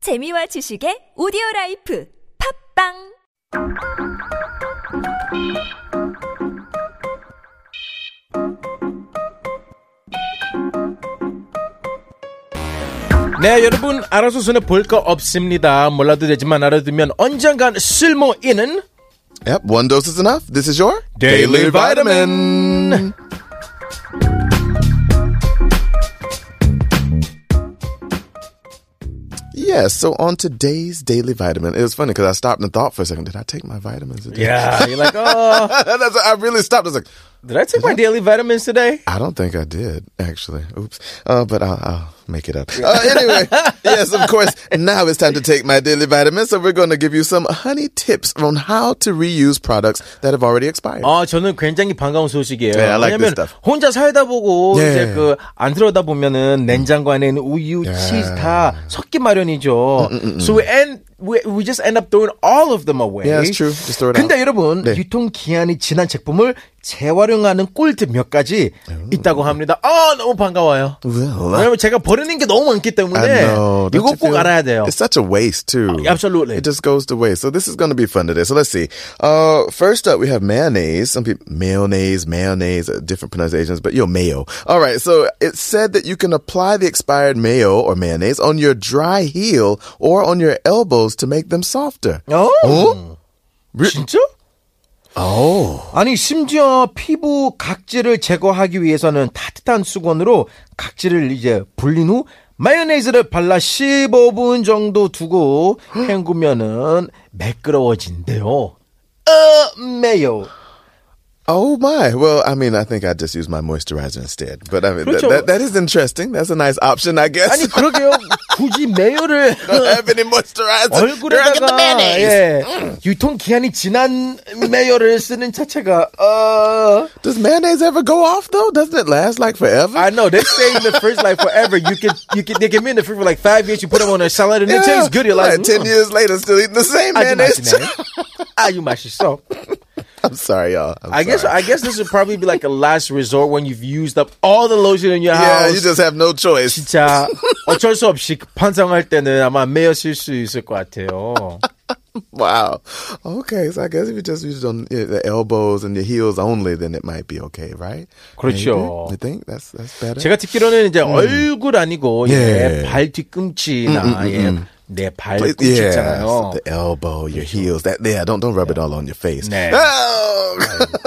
재미와 지식의 오디오 라이프 팝빵 네 여러분 알아서 손에 볼 거 없습니다 몰라도 되지만 알아두면 언젠간 쓸모 있는 Yep, one dose is enough. This is your Daily vitamin. Yes, so on today's daily vitamin, it was funny because I stopped and thought for a second, did I take my vitamins today? yeah you're like oh That's, I really stopped. I was like, did I take my daily vitamins today I don't think I did, actually. Oops. Uh, but I'll, I'll make it up. Uh, anyway, yes, of course. Now it's time to take my daily vitamin. So we're going to give you some honey tips on how to reuse products that have already expired. 아 저는 굉장히 반가운 소식이에요 Yeah, 네, I like 왜냐면 this stuff. 네. 혼자 살다 보고 Yeah. 이제 그 안 들어다 보면은 냉장고 안에 있는 우유 Yeah. 치즈 다 섞기 마련이죠 음, so we end we, we just end up throwing all of them away Yeah, it's true. Just throw it 근데 out. 여러분 네. 유통 기한이 지난 제품을 재활용하는 꿀팁 몇 가지 있다고 합니다 아 너무 반가워요 음. Well, 왜냐면 제가 버리는 게 너무 많기 때문에 Don't 이거 you 꼭 feel- 알아야 돼요. It's such a waste too. absolutely. It just goes to waste. So this is going to be fun today. So let's see. Uh, first up, we have mayonnaise. Some people mayonnaise, mayonnaise, uh, different pronunciations, but yo mayo. All right. So it said that you can apply the expired mayo or mayonnaise on your dry heel or on your elbows to make them softer. 어? 어? 진짜? Oh. 아니 심지어 피부 각질을 제거하기 위해서는 따뜻한 수건으로 각질을 이제 불린 후 마요네즈를 발라 15분 정도 두고 헹구면은 매끄러워진대요. 어, 매요. Oh my. Well, I mean, I think I just use my moisturizer instead. But I mean, that, 그렇죠. that, that is interesting. That's a nice option, I guess. 아니 그러게요. 굳이 매요를 don't have any moisturizer. Girl, get the 얼굴에다가 mayonnaise. 예, 유통 기한이 지난 매요를 쓰는 자체가 어 Does mayonnaise ever go off though? Doesn't it last like forever? I know they stay in the fridge like forever. You can you can they can be in the fridge for like five years. You put them on a salad and it tastes good. You're like, ten "Mm, years later, still eating the same 아주 mayonnaise. 맛있네. 아주 맛있어. I'm sorry, y'all. I'm I guess I sorry. guess this would probably be like a last resort when you've used up all the lotion in your yeah, house. you just have no choice. 진짜 어쩔 수 없이 반성할 때는 아마 매였을 수 있을 것 같아요. Wow. Okay, so I guess if you just use it on uh, the elbows and your heels only, then it might be okay, right? 그렇죠. Maybe? You think that's that's better? 제가 듣기로는 이제 얼굴 아니고 예, 예. 발 뒤꿈치나 예, 내 Please- 발꿈치 yeah, 있잖아요. the elbow, your heels. That yeah, don't don't rub it all on your face. 네. Oh!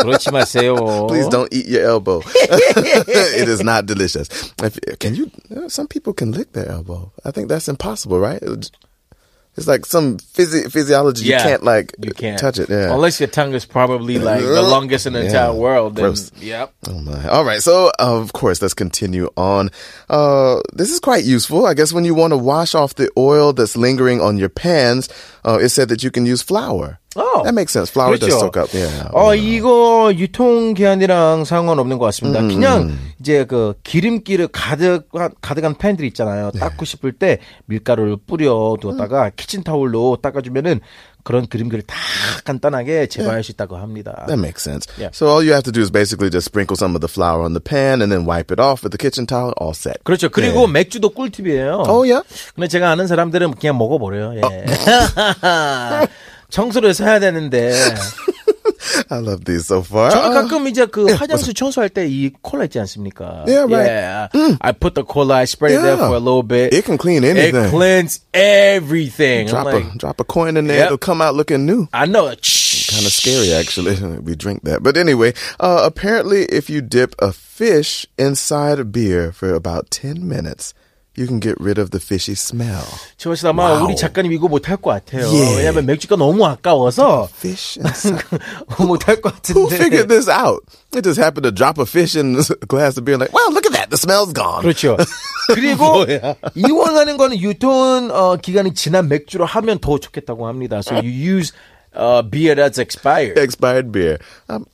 그렇지 마세요. Oh. Please don't eat your elbow. it is not delicious. If, can you? Some people can lick their elbow. I think that's impossible, right? It's like some physi- physiology. You can't like you can't touch it. Yeah. unless your tongue is probably like the longest in the Yeah. entire world. Then, Gross. Yep. Oh my. All right. So, of course, let's continue on. Uh, this is quite useful. I guess when you want to wash off the oil that's lingering on your pans, uh, it said that you can use flour. Oh. That makes sense. Flour does soak up. Yeah. 음. 어 이거 유통 기한이랑 상관없는 것 같습니다. 그냥 이제 그 기름기를 가득한 가득한 팬들 있잖아요. 네. 닦고 싶을 때 밀가루를 뿌려 음. 두었다가 키친 타올로 닦아주면은 그런 기름기를 다 간단하게 네. 제거할 수 있다고 합니다. That makes sense. Yeah. So all you have to do is basically just sprinkle some of the flour on the pan and then wipe it off with the kitchen towel. All set. 그렇죠. 그리고 네. 맥주도 꿀팁이에요. Oh yeah. 근데 제가 아는 사람들은 그냥 먹어버려요. 예. 청소를 해서 해야 되는데 I love these so far. 저는 Uh, 가끔 이제 그 화장실 청소할 때 이 콜라 있지 않습니까? Yeah, right. 음. Yeah. I put the cola, I spray it there Yeah. for a little bit. it can clean It anything. cleans everything. I'm drop like, a drop a coin in there. Yep. It'll come out looking new. I know. Kind of scary, actually. we drink that, but anyway. Uh, apparently, if you dip a fish inside a beer for about ten minutes, you can get rid of the fishy smell. 저 사실 아마 와우. 우리 작가님 이거 못할 것 같아요. 예. 왜냐면 맥주가 너무 아까워서 Fish. Inside. 못할 것 Who 같은데. figured this out? It just happened to drop a fish in a glass of beer. Like, wow, look at that. The smell's gone. 그렇죠. 그리고 이왕하는 거는 유통 어, 기간이 지난 맥주로 하면 더 좋겠다고 합니다. So you use uh, beer that's 네. expired. expired beer. Um,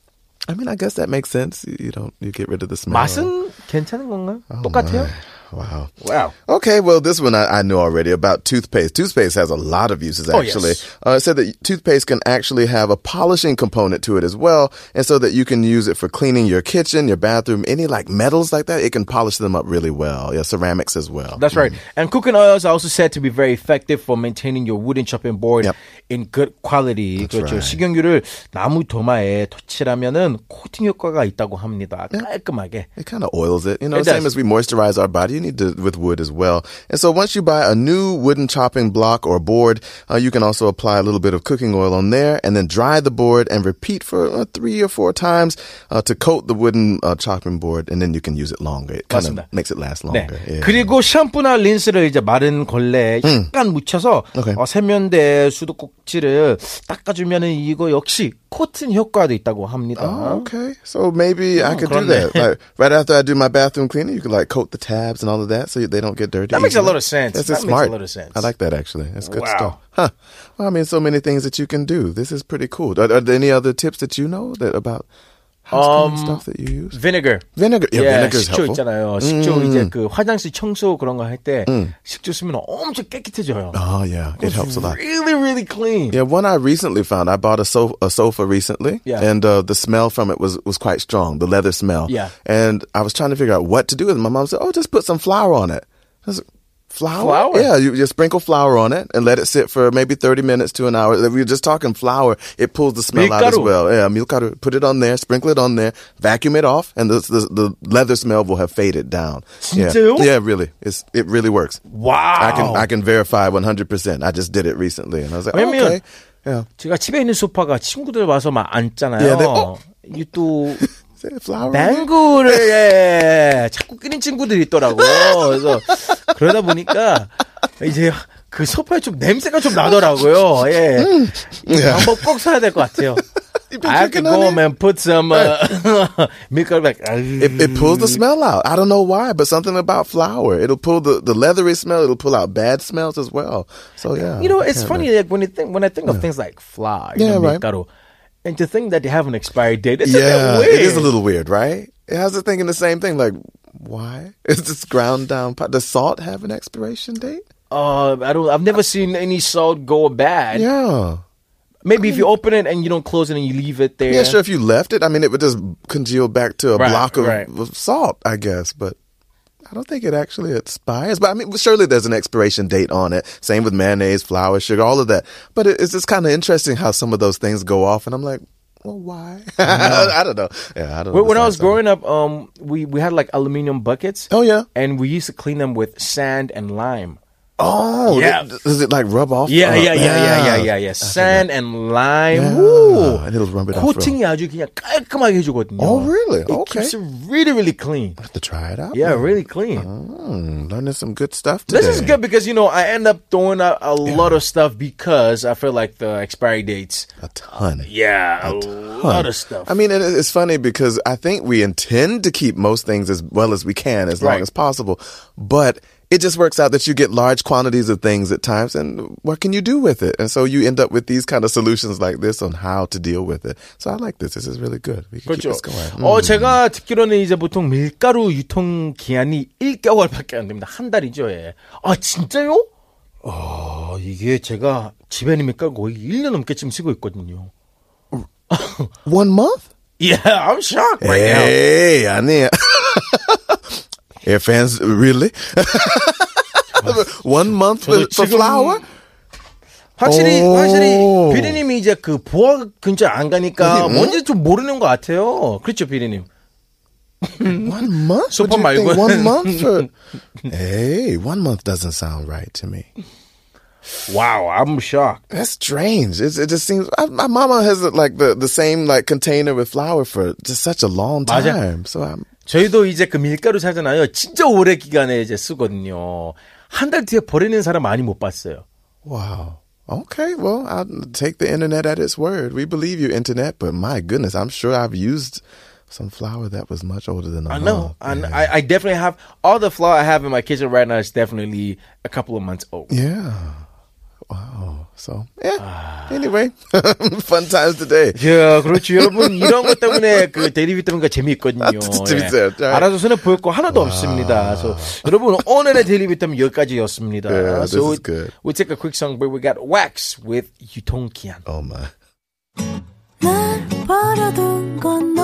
I mean, I guess that makes sense. You you don't you get rid of the smell. 맛은 괜찮은 건가요? 똑같아요? My. Wow. Wow. Okay, well, this one I, I knew already about toothpaste. Toothpaste has a lot of uses, actually. Oh, yes. uh, it said that toothpaste can actually have a polishing component to it as well, and so that you can use it for cleaning your kitchen, your bathroom, any like metals like that. It can polish them up really well. Yeah, ceramics as well. That's right. And cooking oils are also said to be very effective for maintaining your wooden chopping board Yep. in good quality. 그렇죠. 식용유를 나무 도마에 덧칠하면은 코팅 효과가 있다고 합니다. 예. 깔끔하게. It kind of oils it, you know. It same does. as we moisturize our body, you need to with wood as well. And so, once you buy a new wooden chopping block or board, uh, you can also apply a little bit of cooking oil on there, and then dry the board and repeat for uh, three or four times uh, to coat the wooden uh, chopping board, and then you can use it longer. It kind 맞습니다. of makes it last 네. longer. Yeah. 그리고 샴푸나 린스를 이제 마른 걸레에 약간 묻혀서 음. 오케이. 어, 세면대 수도꼭지를 닦아주면은 이거 역시 코팅 효과도 있다고 합니다. Oh, okay. So maybe I could do 그렇네. that. Like right after I do my bathroom cleaning, you could like coat the tabs and all of that so they don't get dirty. That makes a easily. lot of sense. That's That just makes a smart. lot of sense. I like that actually. That's good Wow. stuff. Huh. Well, I mean, so many things that you can do. This is pretty cool. Are, are there any other tips that you know that about house cleaning Um, stuff that you use? Vinegar. Vinegar. Yeah, 예, vinegar is 식초 helpful. 음. 있잖아요. 식초 이제 그 화장실 청소 그런 거 할 때 식초 쓰면 엄청 깨끗해져요. Oh yeah, it helps a lot. Really, really clean. Yeah, one I recently found. I bought a sofa, a sofa recently, Yeah. and uh, the smell from it was was quite strong, the leather smell. Yeah. and I was trying to figure out what to do with it. My mom said, "Oh, just put some flour on it." I was like, Flour? Flour? Yeah, you just sprinkle flour on it and let it sit for maybe 30 minutes to an hour. If you're just talking flour, it pulls the smell out as 밀가루. well. Yeah, milkaru. Put it on there, sprinkle it on there, vacuum it off, and the, the, the leather smell will have faded down. 진짜요? Yeah, yeah really. It's, it really works. 와우. I can I can verify 100%. I just did it recently and I was like, "Oh, 왜냐면- okay. Yeah. 제가 집에 있는 소파가 친구들 와서 막 앉잖아요. 예, 네. 어? 이또 Is that flour? on it? 맹구를 예, 자꾸 끼는 친구들이 있더라고. 그래서 그러다 보니까 이제 그 소파에 좀 냄새가 좀 나더라고요. 예. 이 방법 꼭 써야 될 것 같아요. been I have to drinking on go and put some 네. uh, milk back. It, it pulls Mm. the smell out. I don't know why, but something about flour. It'll pull the, the leathery smell. It'll pull out bad smells as well. So yeah. You know, I it's can't funny like when you think when I think of things like flour, you Yeah, know, right. 밀가루, and to think that they have an expiry date, it's a Yeah, bit weird. it is a little weird, right? It has us thinking the same thing. Like, why is this ground down? pot- Does salt have an expiration date? Uh, I don't. I've never seen any salt go bad. Yeah. Maybe if you open it and you don't close it and you leave it there. Yeah, sure. If you left it, I mean, it would just congeal back to a Right, block of right. of salt, I guess. But I don't think it actually expires. But I mean, surely there's an expiration date on it. Same with mayonnaise, flour, sugar, all of that. But it, it's just kind of interesting how some of those things go off, and I'm like, well, why? I don't know. Yeah, I don't. When, when I understand was some- growing up, um, we we had like aluminum buckets. Oh yeah. And we used to clean them with sand and lime. Oh Yeah. th- Does it like rub off? Yeah, Uh, yeah, yeah, yeah, yeah, yeah, yeah. Sand and lime. Yeah. Woo. And it'll rub it off real- 코팅이 아주 그냥 깔끔하게 해주거든요. Oh, really? It Okay. keeps it really, really clean. Have to try it out. Yeah, man. really clean. Mm, learning some good stuff today. This is good because you know I end up throwing out a lot of stuff because I feel like the expiry dates. A ton. Yeah, a lot of stuff. I mean, and it- it's funny because I think we intend to keep most things as well as we can, as Right. long as possible. But it just works out that you get large quantities of things at times, and what can you do with it? And so you end up with these kind of solutions like this on how to deal with it. So I like this. This is really good. We can keep 그렇죠. this going. Mm. 어, 제가 듣기로는 이제 보통 밀가루 유통 기한이 1개월밖에 안 됩니다. 한 달이죠, 예. 아, 진짜요? 어, 이게 제가 집에는 밀가루 거의 1년 넘게 지금 쓰고 있거든요. One month? Yeah, I'm shocked 예. right now. Hey, I need. Air fans, really? One month for, for 지금- flour? 확실히, 오. 확실히, 비리님이 이제 그 보아 근처 안 가니까 뭔지 좀 모르는 것 같아요. 그렇죠, 비리님? One month? So Would you my think God. one month? Or, hey, one month doesn't sound right to me. Wow, I'm shocked. That's strange. It's, it just seems I, my mama has like the, the same like container with flour for just such a long 맞아. time. So I'm 저희도 이제 그 밀가루 사잖아요. 진짜 오래 기간에 이제 쓰거든요. 한 달 뒤에 버리는 사람 많이 못 봤어요. wow. Okay, well, I'll take the internet at its word. We believe you, internet, but my goodness, I'm sure I've used some flour that was much older than I a know. month. And I, I definitely have all the flour I have in my kitchen right now is definitely a couple of months old. Yeah. Wow. So yeah. Anyway, fun times today. 예, 그렇죠. 여러분, 이런 것 때문에 그 대립이 때문에 재미있거든요. 아, 진짜 재밌어요. 예. 알아서는 보일 거 하나도 없습니다. So, 여러분, 오늘의 대립이 때문에 여기까지였습니다. Yeah, this so, is good. we take a quick song, but we got Wax with 유통기한. Oh my. 날 바라던 건 너